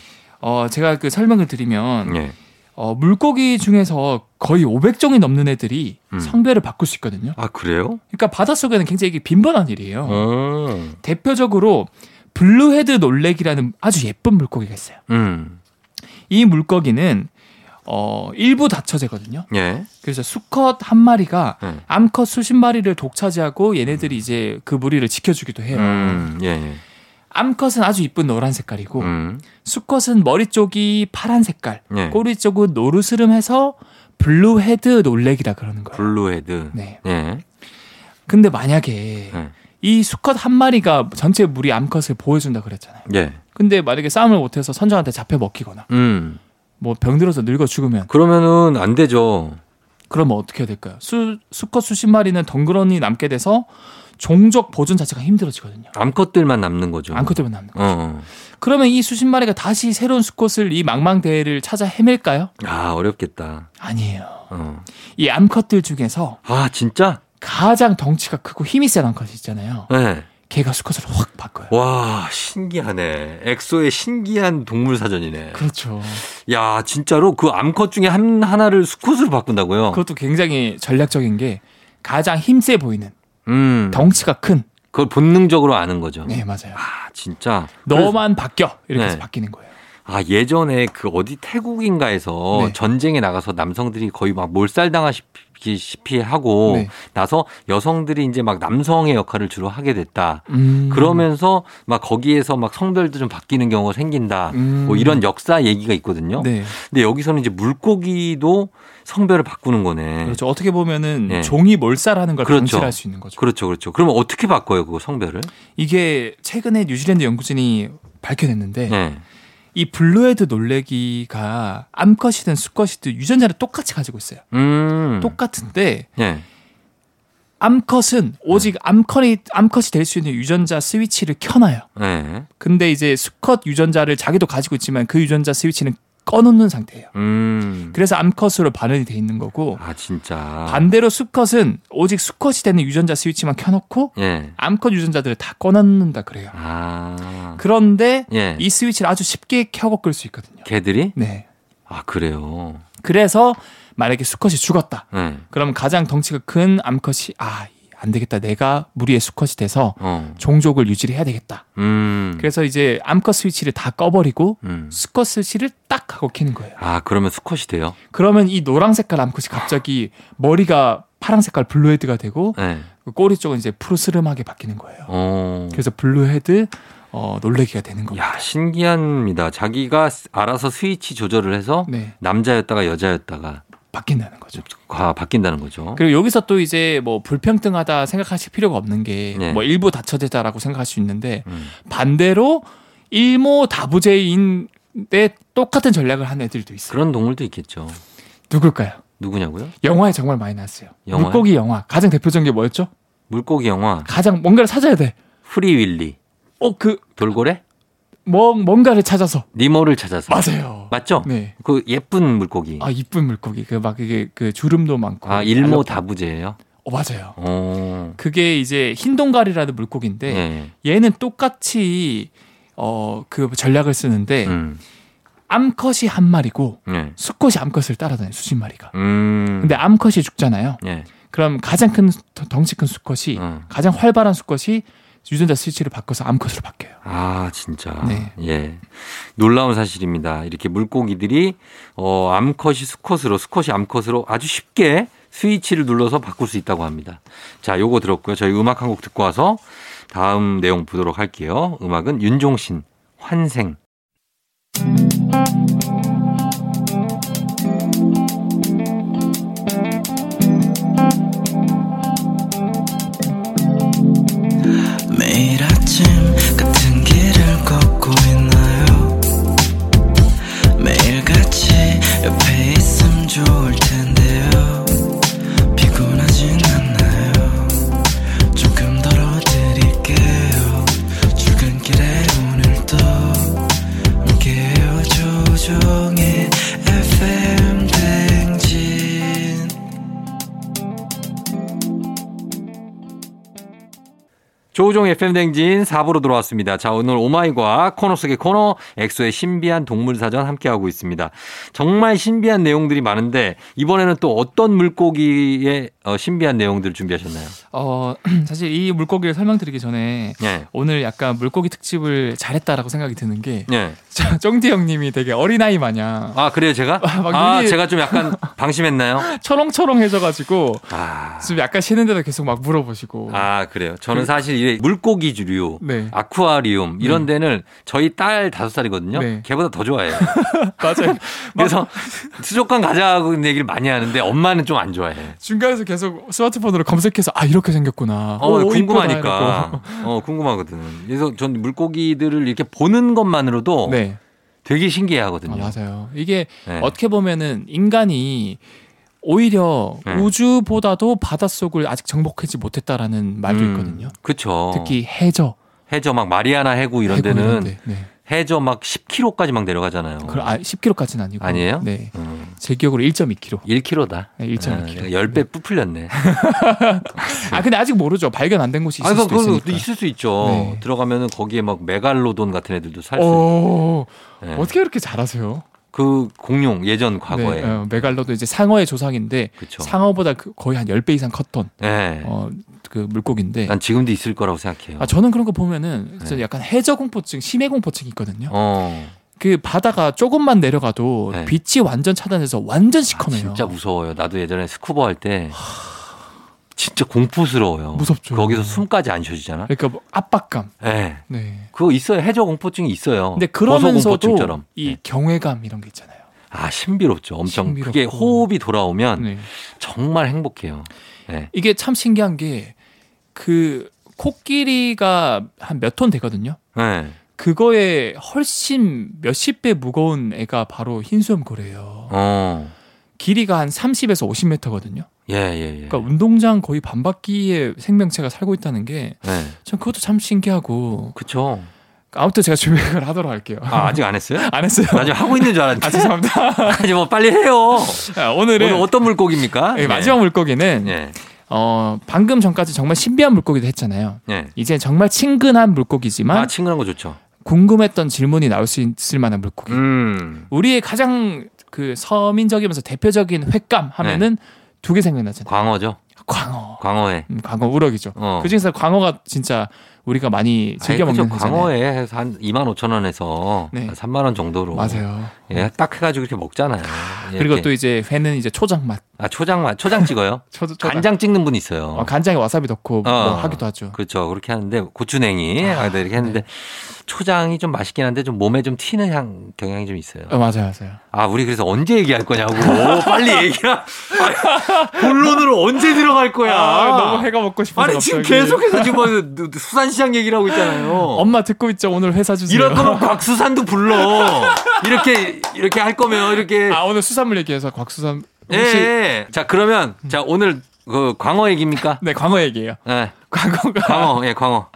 Speaker 2: 어 제가 그 설명을 드리면
Speaker 1: 예.
Speaker 2: 어 물고기 중에서 거의 500종이 넘는 애들이
Speaker 1: 음.
Speaker 2: 성별을 바꿀 수 있거든요.
Speaker 1: 아, 그래요?
Speaker 2: 그러니까 바닷속에는 굉장히 이게 빈번한 일이에요.
Speaker 1: 어.
Speaker 2: 대표적으로 블루헤드 놀래기라는 아주 예쁜 물고기가 있어요.
Speaker 1: 음.
Speaker 2: 이 물고기는 어 일부 다처제거든요.
Speaker 1: 예.
Speaker 2: 그래서 수컷 한 마리가
Speaker 1: 예.
Speaker 2: 암컷 수십 마리를 독차지하고 얘네들이 이제 그 무리를 지켜주기도 해요.
Speaker 1: 음. 예. 예.
Speaker 2: 암컷은 아주 이쁜 노란 아. 색깔이고
Speaker 1: 음.
Speaker 2: 수컷은 머리 쪽이 파란 색깔,
Speaker 1: 예.
Speaker 2: 꼬리 쪽은 노르스름해서 블루헤드 놀래기라 그러는 거예요.
Speaker 1: 블루헤드.
Speaker 2: 네. 예.
Speaker 1: 예.
Speaker 2: 근데 만약에
Speaker 1: 네.
Speaker 2: 이 수컷 한 마리가 전체 무리 암컷을 보여준다 그랬잖아요.
Speaker 1: 예.
Speaker 2: 근데 만약에 싸움을 못해서 선장한테 잡혀 먹히거나
Speaker 1: 음.
Speaker 2: 뭐 병들어서 늙어 죽으면
Speaker 1: 그러면은 안 되죠.
Speaker 2: 그러면 어떻게 해야 될까요? 수, 수컷 수십 마리는 덩그러니 남게 돼서 종족 보존 자체가 힘들어지거든요.
Speaker 1: 암컷들만 남는 거죠.
Speaker 2: 암컷들만 남는 거.
Speaker 1: 어, 어.
Speaker 2: 그러면 이 수십 마리가 다시 새로운 수컷을 이 망망대해를 찾아 헤맬까요?
Speaker 1: 아, 어렵겠다.
Speaker 2: 아니에요.
Speaker 1: 어.
Speaker 2: 이 암컷들 중에서
Speaker 1: 아, 진짜?
Speaker 2: 가장 덩치가 크고 힘이 센 암컷이 있잖아요.
Speaker 1: 네.
Speaker 2: 걔가 수컷으로 확 바꿔요.
Speaker 1: 와, 신기하네. 엑소의 신기한 동물 사전이네.
Speaker 2: 그렇죠.
Speaker 1: 야, 진짜로 그 암컷 중에 한, 하나를 수컷으로 바꾼다고요?
Speaker 2: 그것도 굉장히 전략적인 게 가장 힘세 보이는
Speaker 1: 음.
Speaker 2: 덩치가 큰.
Speaker 1: 그걸 본능적으로 아는 거죠.
Speaker 2: 네 맞아요.
Speaker 1: 아, 진짜.
Speaker 2: 너만 바뀌어 이렇게 해서
Speaker 1: 네.
Speaker 2: 바뀌는 거예요.
Speaker 1: 아, 예전에 그 어디 태국인가에서
Speaker 2: 네.
Speaker 1: 전쟁에 나가서 남성들이 거의 막 몰살당하시피 하고
Speaker 2: 네.
Speaker 1: 나서 여성들이 이제 막 남성의 역할을 주로 하게 됐다.
Speaker 2: 음.
Speaker 1: 그러면서 막 거기에서 막 성별도 좀 바뀌는 경우가 생긴다.
Speaker 2: 음.
Speaker 1: 뭐 이런 역사 얘기가 있거든요.
Speaker 2: 네
Speaker 1: 근데 여기서는 이제 물고기도 성별을 바꾸는 거네.
Speaker 2: 그렇죠. 어떻게 보면은
Speaker 1: 네.
Speaker 2: 종이 몰살하는 걸
Speaker 1: 그렇죠.
Speaker 2: 방지할 수 있는 거죠.
Speaker 1: 그렇죠, 그렇죠. 그러면 어떻게 바꿔요, 그거 성별을?
Speaker 2: 이게 최근에 뉴질랜드 연구진이 밝혀냈는데
Speaker 1: 네.
Speaker 2: 이 블루헤드 놀래기가 암컷이든 수컷이든 유전자를 똑같이 가지고 있어요.
Speaker 1: 음.
Speaker 2: 똑같은데
Speaker 1: 네.
Speaker 2: 암컷은 오직 암컷이 암컷이 될 수 있는 유전자 스위치를 켜놔요.
Speaker 1: 네.
Speaker 2: 근데 이제 수컷 유전자를 자기도 가지고 있지만 그 유전자 스위치는 꺼놓는 상태예요.
Speaker 1: 음.
Speaker 2: 그래서 암컷으로 반응이 돼 있는 거고
Speaker 1: 아, 진짜.
Speaker 2: 반대로 수컷은 오직 수컷이 되는 유전자 스위치만 켜놓고
Speaker 1: 예.
Speaker 2: 암컷 유전자들을 다 꺼놓는다 그래요.
Speaker 1: 아.
Speaker 2: 그런데
Speaker 1: 예.
Speaker 2: 이 스위치를 아주 쉽게 켜고 끌 수 있거든요.
Speaker 1: 개들이?
Speaker 2: 네.
Speaker 1: 아, 그래요.
Speaker 2: 그래서 만약에 수컷이 죽었다.
Speaker 1: 네.
Speaker 2: 그럼 가장 덩치가 큰 암컷이 아 안 되겠다. 내가 무리의 수컷이 돼서
Speaker 1: 어.
Speaker 2: 종족을 유지를 해야 되겠다.
Speaker 1: 음.
Speaker 2: 그래서 이제 암컷 스위치를 다 꺼버리고
Speaker 1: 음.
Speaker 2: 수컷 스위치를 딱 하고 켜는 거예요.
Speaker 1: 아, 그러면 수컷이 돼요?
Speaker 2: 그러면 이 노랑 색깔 암컷이 갑자기 머리가 파랑 색깔 블루헤드가 되고
Speaker 1: 네.
Speaker 2: 그 꼬리 쪽은 이제 푸르스름하게 바뀌는 거예요.
Speaker 1: 어.
Speaker 2: 그래서 블루헤드 어, 놀래기가 되는 겁니다.
Speaker 1: 야, 신기합니다. 자기가 스- 알아서 스위치 조절을 해서
Speaker 2: 네,
Speaker 1: 남자였다가 여자였다가
Speaker 2: 바뀐다는 거죠.
Speaker 1: 가 바뀐다는 거죠.
Speaker 2: 그리고 여기서 또 이제 뭐 불평등하다 생각하실 필요가 없는 게 뭐
Speaker 1: 네.
Speaker 2: 일부 다처제다라고 생각할 수 있는데
Speaker 1: 음.
Speaker 2: 반대로 일모 다부제인데 똑같은 전략을 한 애들도 있어요.
Speaker 1: 그런 동물도 있겠죠.
Speaker 2: 누굴까요?
Speaker 1: 누구냐고요?
Speaker 2: 영화에 정말 많이 나왔어요.
Speaker 1: 영화요?
Speaker 2: 물고기 영화 가장 대표적인 게 뭐였죠?
Speaker 1: 물고기 영화
Speaker 2: 가장 뭔가를 찾아야 돼.
Speaker 1: 프리윌리
Speaker 2: 어그
Speaker 1: 돌고래
Speaker 2: 뭐, 뭔가를 찾아서
Speaker 1: 니모를 찾아서
Speaker 2: 맞아요.
Speaker 1: 죠
Speaker 2: 네.
Speaker 1: 그 예쁜 물고기
Speaker 2: 아 이쁜 물고기 그 막 이게 그 주름도 많고.
Speaker 1: 아 일모
Speaker 2: 알록-
Speaker 1: 다부제예요.
Speaker 2: 어, 맞아요.
Speaker 1: 어.
Speaker 2: 그게 이제 흰 동가리라는 물고기인데
Speaker 1: 예.
Speaker 2: 얘는 똑같이 어 그 전략을 쓰는데
Speaker 1: 음.
Speaker 2: 암컷이 한 마리고
Speaker 1: 예.
Speaker 2: 수컷이 암컷을 따라다녀 요 수십 마리가.
Speaker 1: 음.
Speaker 2: 근데 암컷이 죽잖아요.
Speaker 1: 예.
Speaker 2: 그럼 가장 큰 수- 덩치 큰 수컷이
Speaker 1: 어.
Speaker 2: 가장 활발한 수컷이 유전자 스위치를 바꿔서 암컷으로 바뀌어요.
Speaker 1: 아, 진짜.
Speaker 2: 네.
Speaker 1: 예. 놀라운 사실입니다. 이렇게 물고기들이 어, 암컷이 수컷으로, 수컷이 암컷으로 아주 쉽게 스위치를 눌러서 바꿀 수 있다고 합니다. 자, 요거 들었고요. 저희 음악 한 곡 듣고 와서 다음 내용 보도록 할게요. 음악은 윤종신, 환생.
Speaker 3: 매일 아침 같은 길을 걷고 있나요
Speaker 1: 조우종 FM 댕진 4부로 돌아왔습니다. 자, 오늘 오마이과 코너 속의 코너 엑소의 신비한 동물 사전 함께하고 있습니다. 정말 신비한 내용들이 많은데 이번에는 또 어떤 물고기의 어, 신비한 내용들을 준비하셨나요?
Speaker 2: 어, 사실 이 물고기를 설명드리기 전에
Speaker 1: 예.
Speaker 2: 오늘 약간 물고기 특집을 잘했다라고 생각이 드는 게
Speaker 1: 예.
Speaker 2: 자, 정태 형님이 되게 어린아이 마냥
Speaker 1: 아, 그래요, 제가?
Speaker 2: 막
Speaker 1: 아,
Speaker 2: 눈이-
Speaker 1: 제가 좀 약간 방심했나요?
Speaker 2: 철렁철렁해져가지고
Speaker 1: 아.
Speaker 2: 지금 약간 쉬는데도 계속 막 물어보시고
Speaker 1: 아, 그래요. 저는 사실 이 물고기 주류,
Speaker 2: 네. 음.
Speaker 1: 아쿠아리움 이런 데는 저희 딸 다섯 살이거든요.
Speaker 2: 네.
Speaker 1: 걔보다 더 좋아해요.
Speaker 2: 맞아요. 막
Speaker 1: 그래서 수족관 가자고 얘기를 많이 하는데 엄마는 좀 안 좋아해.
Speaker 2: 중간에서 계속 스마트폰으로 검색해서 아 이렇게 생겼구나.
Speaker 1: 어,
Speaker 2: 오, 이쁘다,
Speaker 1: 궁금하니까. 어, 궁금하거든. 그래서 전 물고기들을 이렇게 보는 것만으로도
Speaker 2: 이러고. 네,
Speaker 1: 되게 신기해
Speaker 2: 아,
Speaker 1: 하거든요.
Speaker 2: 맞아요. 이게
Speaker 1: 어, 네.
Speaker 2: 어떻게 보면은 인간이 오히려
Speaker 1: 네.
Speaker 2: 우주보다도 바닷속을 아직 정복하지 못했다라는 말도
Speaker 1: 음,
Speaker 2: 있거든요.
Speaker 1: 그쵸.
Speaker 2: 특히 해저
Speaker 1: 해저 막 마리아나 해구 이런
Speaker 2: 해군
Speaker 1: 데는
Speaker 2: 데. 네.
Speaker 1: 해저 막 10km까지 막 내려가잖아요.
Speaker 2: 그 아, 10km까지는 아니고
Speaker 1: 아니에요?
Speaker 2: 네,
Speaker 1: 음,
Speaker 2: 제 기억으로 1.2km.
Speaker 1: 1km다. 예, 그러니까 아,
Speaker 2: 네, 1.2km.
Speaker 1: 10배 부풀렸네.
Speaker 2: 아 근데 아직 모르죠. 발견 안 된 곳이 있을
Speaker 1: 아니, 그러니까 뭐
Speaker 2: 수도
Speaker 1: 그거
Speaker 2: 있으니까.
Speaker 1: 있을 수 있죠.
Speaker 2: 네.
Speaker 1: 들어가면은 거기에 막 메갈로돈 같은 애들도 살 수 있고.
Speaker 2: 어,
Speaker 1: 네.
Speaker 2: 어떻게 그렇게 잘하세요?
Speaker 1: 그 공룡 예전 과거에.
Speaker 2: 네, 어, 메갈로도 이제 상어의 조상인데
Speaker 1: 그쵸.
Speaker 2: 상어보다 그- 거의 한 10배 이상 컸던
Speaker 1: 네.
Speaker 2: 어, 그 물고기인데
Speaker 1: 난 지금도 있을 거라고 생각해요.
Speaker 2: 아, 저는 그런 거 보면은 진짜
Speaker 1: 네.
Speaker 2: 약간 해저 공포증, 심해 공포증이 있거든요.
Speaker 1: 어.
Speaker 2: 그 바다가 조금만 내려가도
Speaker 1: 네.
Speaker 2: 빛이 완전 차단해서 완전
Speaker 1: 아,
Speaker 2: 시커매요.
Speaker 1: 진짜 무서워요. 나도 예전에 스쿠버 할 때 진짜 공포스러워요.
Speaker 2: 무섭죠. 네.
Speaker 1: 거기서 숨까지 안 쉬어지잖아.
Speaker 2: 그러니까 뭐 압박감.
Speaker 1: 예.
Speaker 2: 네.
Speaker 1: 그거 있어요. 해저 공포증이 있어요.
Speaker 2: 근데
Speaker 1: 고소
Speaker 2: 그러면서도
Speaker 1: 공포증처럼.
Speaker 2: 이
Speaker 1: 네.
Speaker 2: 경외감 이런 게 있잖아요.
Speaker 1: 아, 신비롭죠. 엄청
Speaker 2: 신비롭고.
Speaker 1: 그게 호흡이 돌아오면
Speaker 2: 네.
Speaker 1: 정말 행복해요. 예.
Speaker 2: 이게 참 신기한 게 그 코끼리가 한 몇 톤 되거든요.
Speaker 1: 예.
Speaker 2: 그거에 훨씬 몇십 배 무거운 애가 바로 흰수염 고래예요.
Speaker 1: 어.
Speaker 2: 길이가 한 30에서 50m거든요.
Speaker 1: 예, 예, 예.
Speaker 2: 그러니까 운동장 거의 반바퀴의 생명체가 살고 있다는 게 전
Speaker 1: 예.
Speaker 2: 그것도 참 신기하고
Speaker 1: 그쵸.
Speaker 2: 아무튼 제가 조명을 하도록 할게요.
Speaker 1: 아, 아직 네. 안 했어요?
Speaker 2: 안 했어요.
Speaker 1: 나 지금 하고 있는 줄 알았는데.
Speaker 2: 아 죄송합니다.
Speaker 1: 아니, 뭐 빨리 해요.
Speaker 2: 자, 오늘은
Speaker 1: 오늘 어떤 물고기입니까?
Speaker 2: 네,
Speaker 1: 예.
Speaker 2: 마지막 물고기는
Speaker 1: 예.
Speaker 2: 어 방금 전까지 정말 신비한 물고기도 했잖아요.
Speaker 1: 예.
Speaker 2: 이제 정말 친근한 물고기지만
Speaker 1: 아, 친근한 거 좋죠.
Speaker 2: 궁금했던 질문이 나올 수 있을 만한 물고기.
Speaker 1: 음.
Speaker 2: 우리의 가장 그 서민적이면서 대표적인 횟감
Speaker 1: 네.
Speaker 2: 하면은 두 개 생각나잖아요.
Speaker 1: 광어죠.
Speaker 2: 광어.
Speaker 1: 광어회.
Speaker 2: 음, 광어 우럭이죠.
Speaker 1: 어.
Speaker 2: 그 중에서 광어가 진짜 우리가 많이 즐겨
Speaker 1: 아니,
Speaker 2: 먹는
Speaker 1: 그죠.
Speaker 2: 회잖아요.
Speaker 1: 광어에 해서 한 2만 5천 원에서
Speaker 2: 네.
Speaker 1: 3만 원 정도로
Speaker 2: 맞아요. 네.
Speaker 1: 예, 딱 해가지고 이렇게 먹잖아요. 예, 네,
Speaker 2: 그리고 또 이제 회는 이제 초장 맛.
Speaker 1: 아, 초장만 초장 찍어요.
Speaker 2: 초, 초장.
Speaker 1: 간장 찍는 분 있어요.
Speaker 2: 어, 간장에 와사비 넣고
Speaker 1: 어.
Speaker 2: 뭐 하기도 하죠.
Speaker 1: 그렇죠. 그렇게 하는데 고추냉이
Speaker 2: 아,
Speaker 1: 아, 네, 이렇게 했는데 초장이 좀 맛있긴 한데 좀 몸에 좀 튀는 향 경향이 좀 있어요.
Speaker 2: 어, 맞아요, 맞아요.
Speaker 1: 아, 우리 그래서 언제 얘기할 거냐고 빨리 얘기라. 본론으로 언제 들어갈 거야.
Speaker 2: 아, 너무 회가 먹고 싶어서
Speaker 1: 아니 지금
Speaker 2: 갑자기.
Speaker 1: 계속해서 지금 뭐 수산시장 얘기를 하고 있잖아요.
Speaker 2: 어. 엄마 듣고 있죠. 오늘 회사 주세요.
Speaker 1: 이럴 거면 곽수산도 불러. 이렇게 이렇게 할 거면 이렇게.
Speaker 2: 아 오늘 수산물 얘기해서 곽수산
Speaker 1: 예,
Speaker 2: 혹시
Speaker 1: 예. 자 그러면 자 오늘 그 광어 얘기입니까?
Speaker 2: 네 광어 얘기예요.
Speaker 1: 예.
Speaker 2: 광어가
Speaker 1: 광어, 예, 광어.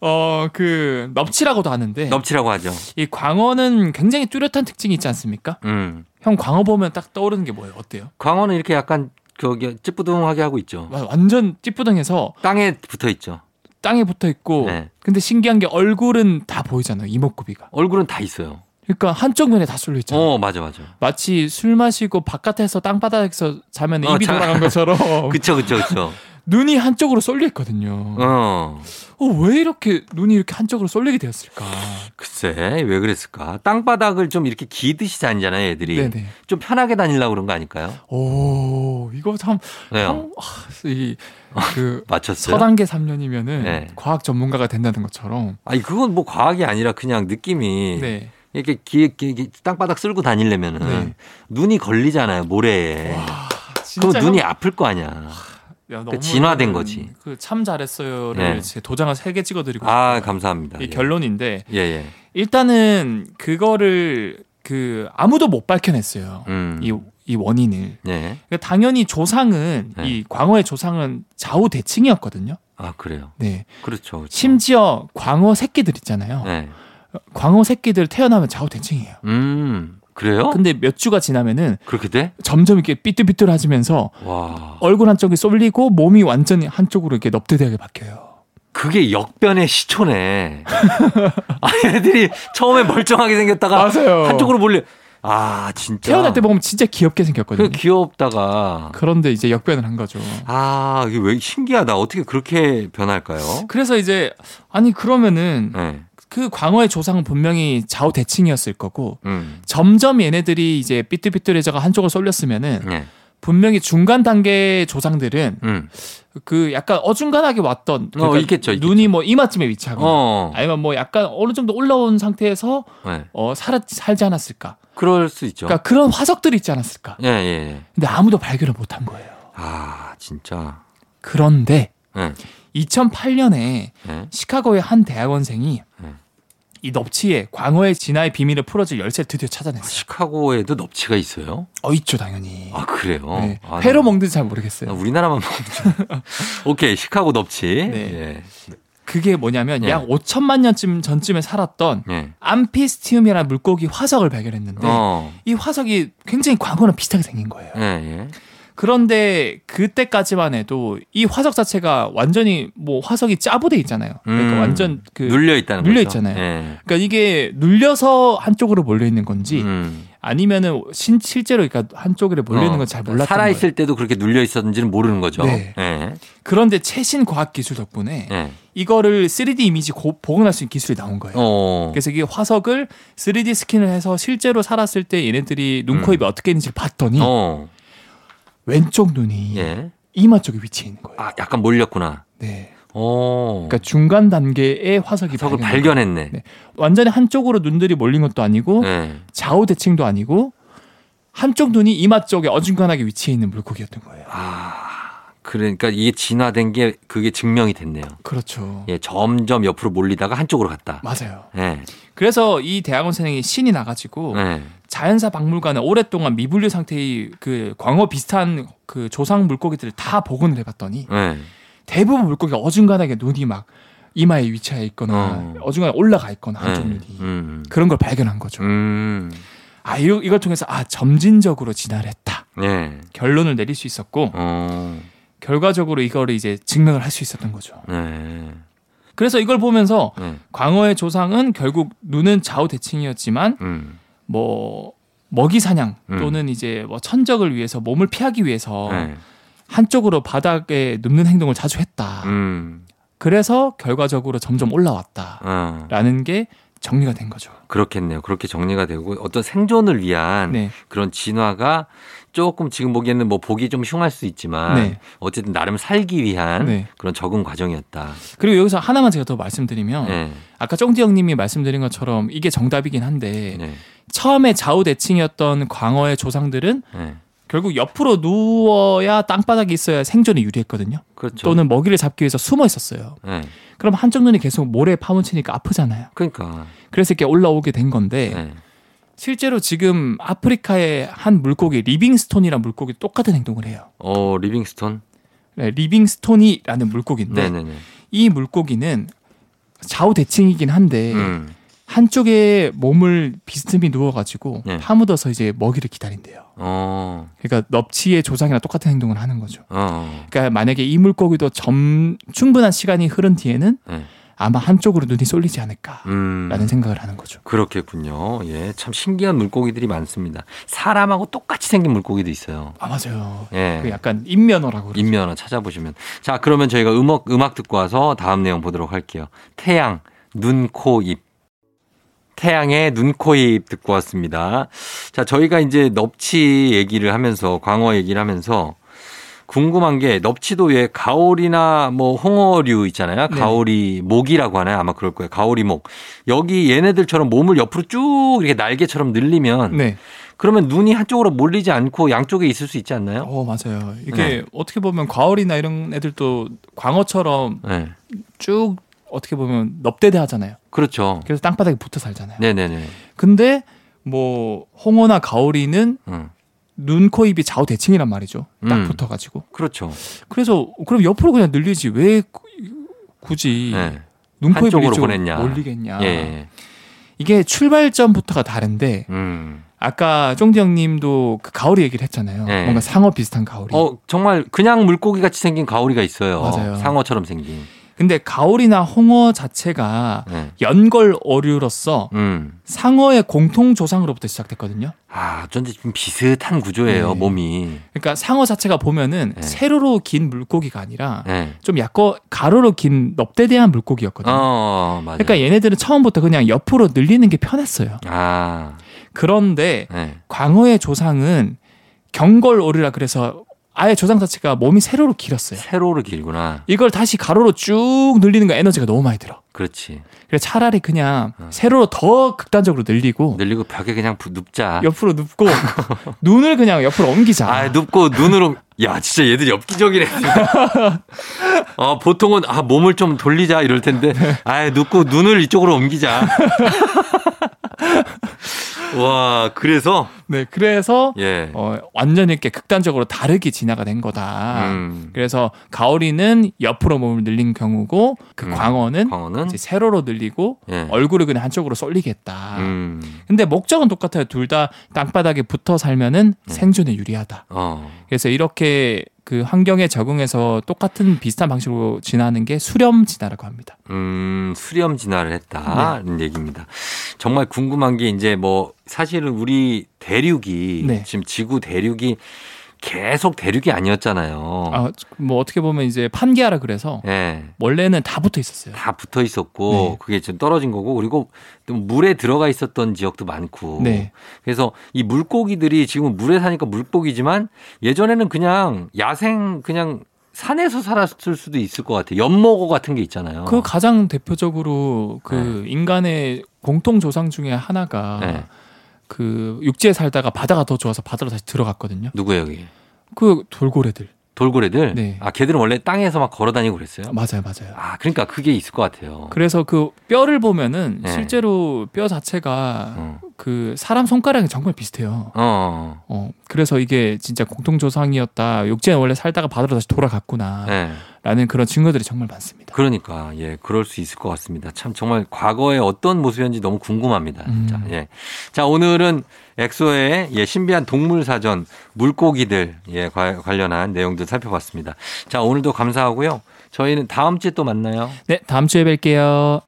Speaker 2: 어 그 넙치라고도 하는데
Speaker 1: 넙치라고 하죠.
Speaker 2: 이 광어는 굉장히 뚜렷한 특징이 있지 않습니까?
Speaker 1: 음.
Speaker 2: 형 광어 보면 딱 떠오르는 게 뭐예요? 어때요?
Speaker 1: 광어는 이렇게 약간 저기 찌뿌둥하게 하고 있죠.
Speaker 2: 와, 완전 찌뿌둥해서
Speaker 1: 땅에 붙어 있죠.
Speaker 2: 땅에 붙어 있고
Speaker 1: 네.
Speaker 2: 근데 신기한 게 얼굴은 다 보이잖아요 이목구비가
Speaker 1: 얼굴은 다 있어요.
Speaker 2: 그러니까 한쪽 면에 다 쏠려 있잖아요
Speaker 1: 어, 맞아, 맞아. 마치
Speaker 2: 마치 술 마시고 바깥에서 땅바닥에서 자면
Speaker 1: 어,
Speaker 2: 입이
Speaker 1: 자-
Speaker 2: 돌아간 것처럼
Speaker 1: 그쵸, 그쵸, 그쵸.
Speaker 2: 눈이 한쪽으로 쏠려 있거든요
Speaker 1: 어.
Speaker 2: 어 왜 이렇게 눈이 이렇게 한쪽으로 쏠리게 되었을까
Speaker 1: 글쎄, 왜 그랬을까? 땅바닥을 좀 이렇게 기듯이 다니잖아요, 애들이.
Speaker 2: 네네
Speaker 1: 좀 편하게 다니려고 그런 거 아닐까요?
Speaker 2: 오 이거 어,
Speaker 1: 왜요?
Speaker 2: 참이그
Speaker 1: 맞췄어요.
Speaker 2: 서단계 3년이면은
Speaker 1: 어. 네.
Speaker 2: 과학 전문가가 된다는 것처럼
Speaker 1: 아니, 그건 뭐 과학이 아니라 그냥 느낌이.
Speaker 2: 네.
Speaker 1: 이렇게 기, 기, 기- 땅바닥 쓸고 다니려면은
Speaker 2: 네.
Speaker 1: 눈이 걸리잖아요 모래에.
Speaker 2: 와,
Speaker 1: 예. 그럼
Speaker 2: 진짜
Speaker 1: 눈이
Speaker 2: 형-
Speaker 1: 아플 거 아니야.
Speaker 2: 야,
Speaker 1: 그
Speaker 2: 너무
Speaker 1: 진화된 거지.
Speaker 2: 그 참 잘했어요를
Speaker 1: 네.
Speaker 2: 제 도장을 세 개 찍어드리고
Speaker 1: 아
Speaker 2: 싶어요.
Speaker 1: 감사합니다.
Speaker 2: 이
Speaker 1: 예.
Speaker 2: 결론인데
Speaker 1: 예 예.
Speaker 2: 일단은 그거를 그 아무도 못 밝혀냈어요.
Speaker 1: 음.
Speaker 2: 이, 이 원인을.
Speaker 1: 예.
Speaker 2: 그러니까 당연히 조상은
Speaker 1: 네.
Speaker 2: 이 광어의 조상은 좌우 대칭이었거든요.
Speaker 1: 아 그래요.
Speaker 2: 네.
Speaker 1: 그렇죠. 그렇죠.
Speaker 2: 심지어 광어 새끼들 있잖아요.
Speaker 1: 예.
Speaker 2: 광어 새끼들 태어나면 좌우 대칭이에요.
Speaker 1: 음 그래요?
Speaker 2: 근데 몇 주가 지나면은
Speaker 1: 그렇게 돼?
Speaker 2: 점점 이렇게 삐뚤삐뚤해지면서
Speaker 1: 와.
Speaker 2: 어, 얼굴 한쪽이 쏠리고 몸이 완전히 한쪽으로 이렇게 넙대대하게 바뀌어요.
Speaker 1: 그게 역변의 시초네. 아, 애들이 처음에 멀쩡하게 생겼다가
Speaker 2: 맞아요.
Speaker 1: 한쪽으로 몰려. 아, 진짜.
Speaker 2: 그러니까 태어날 때 보면 진짜 귀엽게
Speaker 1: 그
Speaker 2: 생겼거든요.
Speaker 1: 귀엽다가
Speaker 2: 그런데 이제 역변을 한 거죠.
Speaker 1: 아, 이게 왜 신기하다. 어떻게 그렇게 변할까요?
Speaker 2: 그래서 이제 아니 그러면은
Speaker 1: 네.
Speaker 2: 그 광어의 조상은 분명히 좌우 대칭이었을 거고
Speaker 1: 음.
Speaker 2: 점점 얘네들이 이제 삐뚤삐뚤해져가 한쪽으로 쏠렸으면은
Speaker 1: 네.
Speaker 2: 분명히 중간 단계의 조상들은
Speaker 1: 음.
Speaker 2: 그 약간 어중간하게 왔던 그러니까
Speaker 1: 있겠죠, 있겠죠.
Speaker 2: 눈이 뭐 이마쯤에 위치하거나
Speaker 1: 어.
Speaker 2: 아니면 뭐 약간 어느 정도 올라온 상태에서
Speaker 1: 네.
Speaker 2: 어 살아 살지 않았을까
Speaker 1: 그럴 수 있죠.
Speaker 2: 그러니까 그런 화석들이 있지 않았을까
Speaker 1: 예, 예, 예.
Speaker 2: 근데 아무도 발견을 못한 거예요
Speaker 1: 아, 진짜.
Speaker 2: 그런데
Speaker 1: 예.
Speaker 2: 2008년에
Speaker 1: 예.
Speaker 2: 시카고의 한 대학원생이
Speaker 1: 음.
Speaker 2: 이 넙치의 광어의 진화의 비밀을 풀어줄 열쇠를 드디어 찾아냈어요.
Speaker 1: 시카고에도 넙치가 있어요?
Speaker 2: 어 있죠 당연히.
Speaker 1: 아, 그래요?
Speaker 2: 네.
Speaker 1: 아,
Speaker 2: 회로
Speaker 1: 나-
Speaker 2: 먹는지 잘
Speaker 1: 나
Speaker 2: 모르겠어요.
Speaker 1: 우리나라만 먹는 오케이, 시카고 넙치.
Speaker 2: 네.
Speaker 1: 네.
Speaker 2: 그게 뭐냐면
Speaker 1: 네.
Speaker 2: 약 5천만 년쯤 전쯤에 살았던
Speaker 1: 예. 예.
Speaker 2: 암피스티움이라는 물고기 화석을 발견했는데
Speaker 1: 어.
Speaker 2: 이 화석이 굉장히 광어랑 비슷하게 생긴 거예요.
Speaker 1: 예, 예.
Speaker 2: 그런데 그때까지만 해도 이 화석 자체가 완전히 뭐 화석이 짜부돼 있잖아요. 그러니까
Speaker 1: 음.
Speaker 2: 완전 그
Speaker 1: 눌려 있다는 거죠.
Speaker 2: 눌려 있잖아요.
Speaker 1: 예.
Speaker 2: 그러니까 이게 눌려서 한쪽으로 몰려 있는 건지
Speaker 1: 음.
Speaker 2: 아니면은 신 실제로 그러니까 한쪽으로 몰려 있는
Speaker 1: 어.
Speaker 2: 건 잘 몰랐던
Speaker 1: 살아
Speaker 2: 거예요.
Speaker 1: 있을 때도 그렇게 눌려 있었는지는 모르는 거죠.
Speaker 2: 네.
Speaker 1: 예.
Speaker 2: 그런데 최신 과학 기술 덕분에
Speaker 1: 예.
Speaker 2: 이거를 3D 이미지 고- 복원할 수 있는 기술이 나온 거예요.
Speaker 1: 어.
Speaker 2: 그래서 이게 화석을 3D 스캔을 해서 실제로 살았을 때 얘네들이 눈, 코, 입이 어떻게 있는지 봤더니
Speaker 1: 음. 어.
Speaker 2: 왼쪽 눈이
Speaker 1: 예.
Speaker 2: 이마 쪽에 위치해 있는 거예요.
Speaker 1: 아, 약간 몰렸구나.
Speaker 2: 네.
Speaker 1: 어.
Speaker 2: 그러니까 중간 단계의 화석이
Speaker 1: 석을
Speaker 2: 발견된 거예요.
Speaker 1: 발견했네.
Speaker 2: 네. 완전히 한쪽으로 눈들이 몰린 것도 아니고
Speaker 1: 예.
Speaker 2: 좌우 대칭도 아니고 한쪽 눈이 이마 쪽에 어중간하게 위치해 있는 물고기였던 거예요.
Speaker 1: 아, 그러니까 이게 진화된 게 그게 증명이 됐네요.
Speaker 2: 그렇죠.
Speaker 1: 예, 점점 옆으로 몰리다가 한쪽으로 갔다.
Speaker 2: 맞아요.
Speaker 1: 예.
Speaker 2: 그래서 이 대학원생이 신이 나가지고
Speaker 1: 예.
Speaker 2: 자연사 박물관에 오랫동안 미분류 상태의 그 광어 비슷한 그 조상 물고기들을 다 복원을 해봤더니
Speaker 1: 예.
Speaker 2: 대부분 물고기가 어중간하게 눈이 막 이마에 위치해 있거나
Speaker 1: 어.
Speaker 2: 어. 중간에 올라가 있거나 한쪽
Speaker 1: 예.
Speaker 2: 눈이
Speaker 1: 음.
Speaker 2: 그런 걸 발견한 거죠.
Speaker 1: 음.
Speaker 2: 아 이, 이걸 통해서 아 점진적으로 진화를 했다
Speaker 1: 예.
Speaker 2: 결론을 내릴 수 있었고
Speaker 1: 어.
Speaker 2: 결과적으로 이거를 이제 증명을 할 수 있었던 거죠.
Speaker 1: 예.
Speaker 2: 그래서 이걸 보면서
Speaker 1: 예.
Speaker 2: 광어의 조상은 결국 눈은 좌우 대칭이었지만
Speaker 1: 음.
Speaker 2: 뭐 먹이 사냥
Speaker 1: 음.
Speaker 2: 또는 이제 뭐 천적을 위해서 몸을 피하기 위해서
Speaker 1: 예.
Speaker 2: 한쪽으로 바닥에 눕는 행동을 자주 했다.
Speaker 1: 음.
Speaker 2: 그래서 결과적으로 점점 올라왔다라는
Speaker 1: 어.
Speaker 2: 게 정리가 된 거죠.
Speaker 1: 그렇겠네요. 그렇게 정리가 되고 어떤 생존을 위한
Speaker 2: 네.
Speaker 1: 그런 진화가 조금 지금 보기에는 뭐 보기 좀 흉할 수 있지만
Speaker 2: 네.
Speaker 1: 어쨌든 나름 살기 위한
Speaker 2: 네.
Speaker 1: 그런 적응 과정이었다.
Speaker 2: 그리고 여기서 하나만 제가 더 말씀드리면
Speaker 1: 네.
Speaker 2: 아까 쫑디 형님이 말씀드린 것처럼 이게 정답이긴 한데
Speaker 1: 네.
Speaker 2: 처음에 좌우 대칭이었던 광어의 조상들은
Speaker 1: 네.
Speaker 2: 결국 옆으로 누워야 땅바닥에 있어야 생존에 유리했거든요.
Speaker 1: 그렇죠.
Speaker 2: 또는 먹이를 잡기 위해서 숨어 있었어요.
Speaker 1: 네.
Speaker 2: 그럼 한쪽 눈이 계속 모래에 파묻히니까 아프잖아요.
Speaker 1: 그러니까.
Speaker 2: 그래서 이렇게 올라오게 된 건데
Speaker 1: 네.
Speaker 2: 실제로 지금 아프리카의 한 물고기 리빙스톤이란 물고기 똑같은 행동을 해요.
Speaker 1: 어 리빙스톤.
Speaker 2: 네, 리빙스톤이라는 물고기인데
Speaker 1: 네네네.
Speaker 2: 이 물고기는 좌우 대칭이긴 한데
Speaker 1: 음.
Speaker 2: 한쪽에 몸을 비스듬히 누워가지고
Speaker 1: 네.
Speaker 2: 파묻어서 이제 먹이를 기다린대요.
Speaker 1: 어.
Speaker 2: 그러니까 넙치의 조상이랑 똑같은 행동을 하는 거죠.
Speaker 1: 어.
Speaker 2: 그러니까 만약에 이 물고기도 점 충분한 시간이 흐른 뒤에는
Speaker 1: 네.
Speaker 2: 아마 한쪽으로 눈이 쏠리지 않을까라는
Speaker 1: 음.
Speaker 2: 생각을 하는 거죠.
Speaker 1: 그렇겠군요. 예, 참 신기한 물고기들이 많습니다. 사람하고 똑같이 생긴 물고기도 있어요.
Speaker 2: 아 맞아요.
Speaker 1: 예.
Speaker 2: 그 약간 인면어라고 그러죠.
Speaker 1: 그렇죠. 인면허 찾아보시면. 자, 그러면 저희가 음악, 음악 듣고 와서 다음 내용 보도록 할게요. 태양, 눈, 코, 입. 태양의 눈, 코, 입 듣고 왔습니다. 자, 저희가 이제 넙치 얘기를 하면서, 광어 얘기를 하면서 궁금한 게 넙치도 왜 가오리나 뭐 홍어류 있잖아요.
Speaker 2: 네.
Speaker 1: 가오리 목이라고 하나요? 아마 그럴 거예요. 가오리 목. 여기 얘네들처럼 몸을 옆으로 쭉 이렇게 날개처럼 늘리면
Speaker 2: 네.
Speaker 1: 그러면 눈이 한쪽으로 몰리지 않고 양쪽에 있을 수 있지 않나요?
Speaker 2: 어 맞아요.
Speaker 1: 네.
Speaker 2: 이게 어떻게 보면 과월이나 이런 애들도 광어처럼
Speaker 1: 네.
Speaker 2: 쭉 어떻게 보면 넙대대 하잖아요.
Speaker 1: 그렇죠.
Speaker 2: 그래서 땅바닥에 붙어 살잖아요.
Speaker 1: 네네네.
Speaker 2: 근데 뭐 홍어나 가오리는
Speaker 1: 응.
Speaker 2: 눈, 코, 입이 좌우 대칭이란 말이죠. 딱
Speaker 1: 음.
Speaker 2: 붙어가지고.
Speaker 1: 그렇죠.
Speaker 2: 그래서 그럼 옆으로 그냥 늘리지 왜 구- 굳이
Speaker 1: 예.
Speaker 2: 눈, 코, 입
Speaker 1: 한쪽으로
Speaker 2: 쪽으로
Speaker 1: 보냈냐.
Speaker 2: 몰리겠냐.
Speaker 1: 예, 예.
Speaker 2: 이게 출발점부터가 다른데
Speaker 1: 음.
Speaker 2: 아까 쫑디 형님도 그 가오리 얘기를 했잖아요.
Speaker 1: 네.
Speaker 2: 뭔가 상어 비슷한 가오리.
Speaker 1: 어, 정말 그냥 물고기 같이 생긴 가오리가 있어요.
Speaker 2: 맞아요.
Speaker 1: 상어처럼 생긴.
Speaker 2: 근데 가오리나 홍어 자체가
Speaker 1: 네.
Speaker 2: 연걸 어류로서
Speaker 1: 음.
Speaker 2: 상어의 공통 조상으로부터 시작됐거든요.
Speaker 1: 아, 어쩐지 좀 비슷한 구조예요,
Speaker 2: 네.
Speaker 1: 몸이.
Speaker 2: 그러니까 상어 자체가 보면은
Speaker 1: 네.
Speaker 2: 세로로 긴 물고기가 아니라
Speaker 1: 네.
Speaker 2: 좀 약간 가로로 긴 넙대대한 물고기였거든요.
Speaker 1: 어, 맞아요.
Speaker 2: 그러니까 얘네들은 처음부터 그냥 옆으로 늘리는 게 편했어요.
Speaker 1: 아,
Speaker 2: 그런데
Speaker 1: 네.
Speaker 2: 광어의 조상은 경걸오리라 그래서 아예 조상 자체가 몸이 세로로 길었어요.
Speaker 1: 세로로 길구나.
Speaker 2: 이걸 다시 가로로 쭉 늘리는 거 에너지가 너무 많이 들어.
Speaker 1: 그렇지.
Speaker 2: 그래서 차라리 그냥
Speaker 1: 어. 네.
Speaker 2: 세로로 더 극단적으로 늘리고
Speaker 1: 늘리고 벽에 그냥 부- 눕자.
Speaker 2: 옆으로 눕고 눈을 그냥 옆으로 옮기자.
Speaker 1: 아, 눕고 눈으로. 야, 진짜 얘들이 엽기적이네. 진짜. 어, 보통은, 아, 몸을 좀 돌리자 이럴 텐데. 아, 눕고 눈을 이쪽으로 옮기자. 와, 그래서?
Speaker 2: 네, 그래서
Speaker 1: 예.
Speaker 2: 어, 완전히 이렇게 극단적으로 다르게 진화가 된 거다.
Speaker 1: 음,
Speaker 2: 그래서 가오리는 옆으로 몸을 늘린 경우고 그
Speaker 1: 음.
Speaker 2: 광어는
Speaker 1: 광어는?
Speaker 2: 이제 세로로 늘리고
Speaker 1: 예.
Speaker 2: 얼굴을 그냥 한쪽으로 쏠리겠다.
Speaker 1: 음,
Speaker 2: 근데 목적은 똑같아요. 둘 다 땅바닥에 붙어 살면은
Speaker 1: 네.
Speaker 2: 생존에 유리하다.
Speaker 1: 어.
Speaker 2: 그래서 이렇게 그 환경에 적응해서 똑같은 비슷한 방식으로 진화하는 게 수렴 진화라고 합니다.
Speaker 1: 음, 수렴 진화를 했다는 얘기입니다. 정말 궁금한 게 이제 뭐 사실은 우리 대륙이
Speaker 2: 네.
Speaker 1: 지금 지구 대륙이 계속 대륙이 아니었잖아요.
Speaker 2: 아, 뭐 어떻게 보면 이제 판게아라 그래서
Speaker 1: 예.
Speaker 2: 원래는 다 붙어 있었어요.
Speaker 1: 다 붙어 있었고
Speaker 2: 네.
Speaker 1: 그게 지금 떨어진 거고 그리고 또 물에 들어가 있었던 지역도 많고
Speaker 2: 네.
Speaker 1: 그래서 이 물고기들이 지금 물에 사니까 물고기지만 예전에는 그냥 야생 그냥 산에서 살았을 수도 있을 것 같아요. 연모고 같은 게 있잖아요.
Speaker 2: 그 가장 대표적으로 그 인간의 공통 조상 중에 하나가
Speaker 1: 네.
Speaker 2: 그 육지에 살다가 바다가 더 좋아서 바다로 다시 들어갔거든요.
Speaker 1: 누구예요, 여기?
Speaker 2: 그 돌고래들.
Speaker 1: 돌고래들?
Speaker 2: 네.
Speaker 1: 아, 걔들은 원래 땅에서 막 걸어 다니고 그랬어요?
Speaker 2: 맞아요, 맞아요.
Speaker 1: 아, 그러니까 그게 있을 것 같아요.
Speaker 2: 그래서 그 뼈를 보면은
Speaker 1: 네.
Speaker 2: 실제로 뼈 자체가
Speaker 1: 어.
Speaker 2: 그 사람 손가락이 정말 비슷해요.
Speaker 1: 어.
Speaker 2: 어, 그래서 이게 진짜 공통조상이었다. 육지에 원래 살다가 바다로 다시 돌아갔구나.
Speaker 1: 예.
Speaker 2: 라는 그런 증거들이 정말 많습니다.
Speaker 1: 그러니까, 예, 그럴 수 있을 것 같습니다. 참, 정말 과거에 어떤 모습이었는지 너무 궁금합니다. 진짜.
Speaker 2: 음.
Speaker 1: 예. 자, 오늘은 엑소의 예, 신비한 동물 사전, 물고기들, 예, 과- 관련한 내용들 살펴봤습니다. 자, 오늘도 감사하고요. 저희는 다음 주에 또 만나요.
Speaker 2: 네, 다음 주에 뵐게요.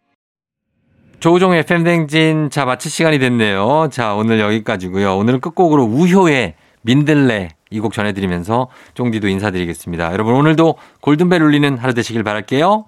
Speaker 1: 조우종의 팬댕진 자 마칠 시간이 됐네요. 자 오늘 여기까지고요. 오늘은 끝곡으로 우효의 민들레 이 곡 전해드리면서 쫑디도 인사드리겠습니다. 여러분 오늘도 골든벨 울리는 하루 되시길 바랄게요.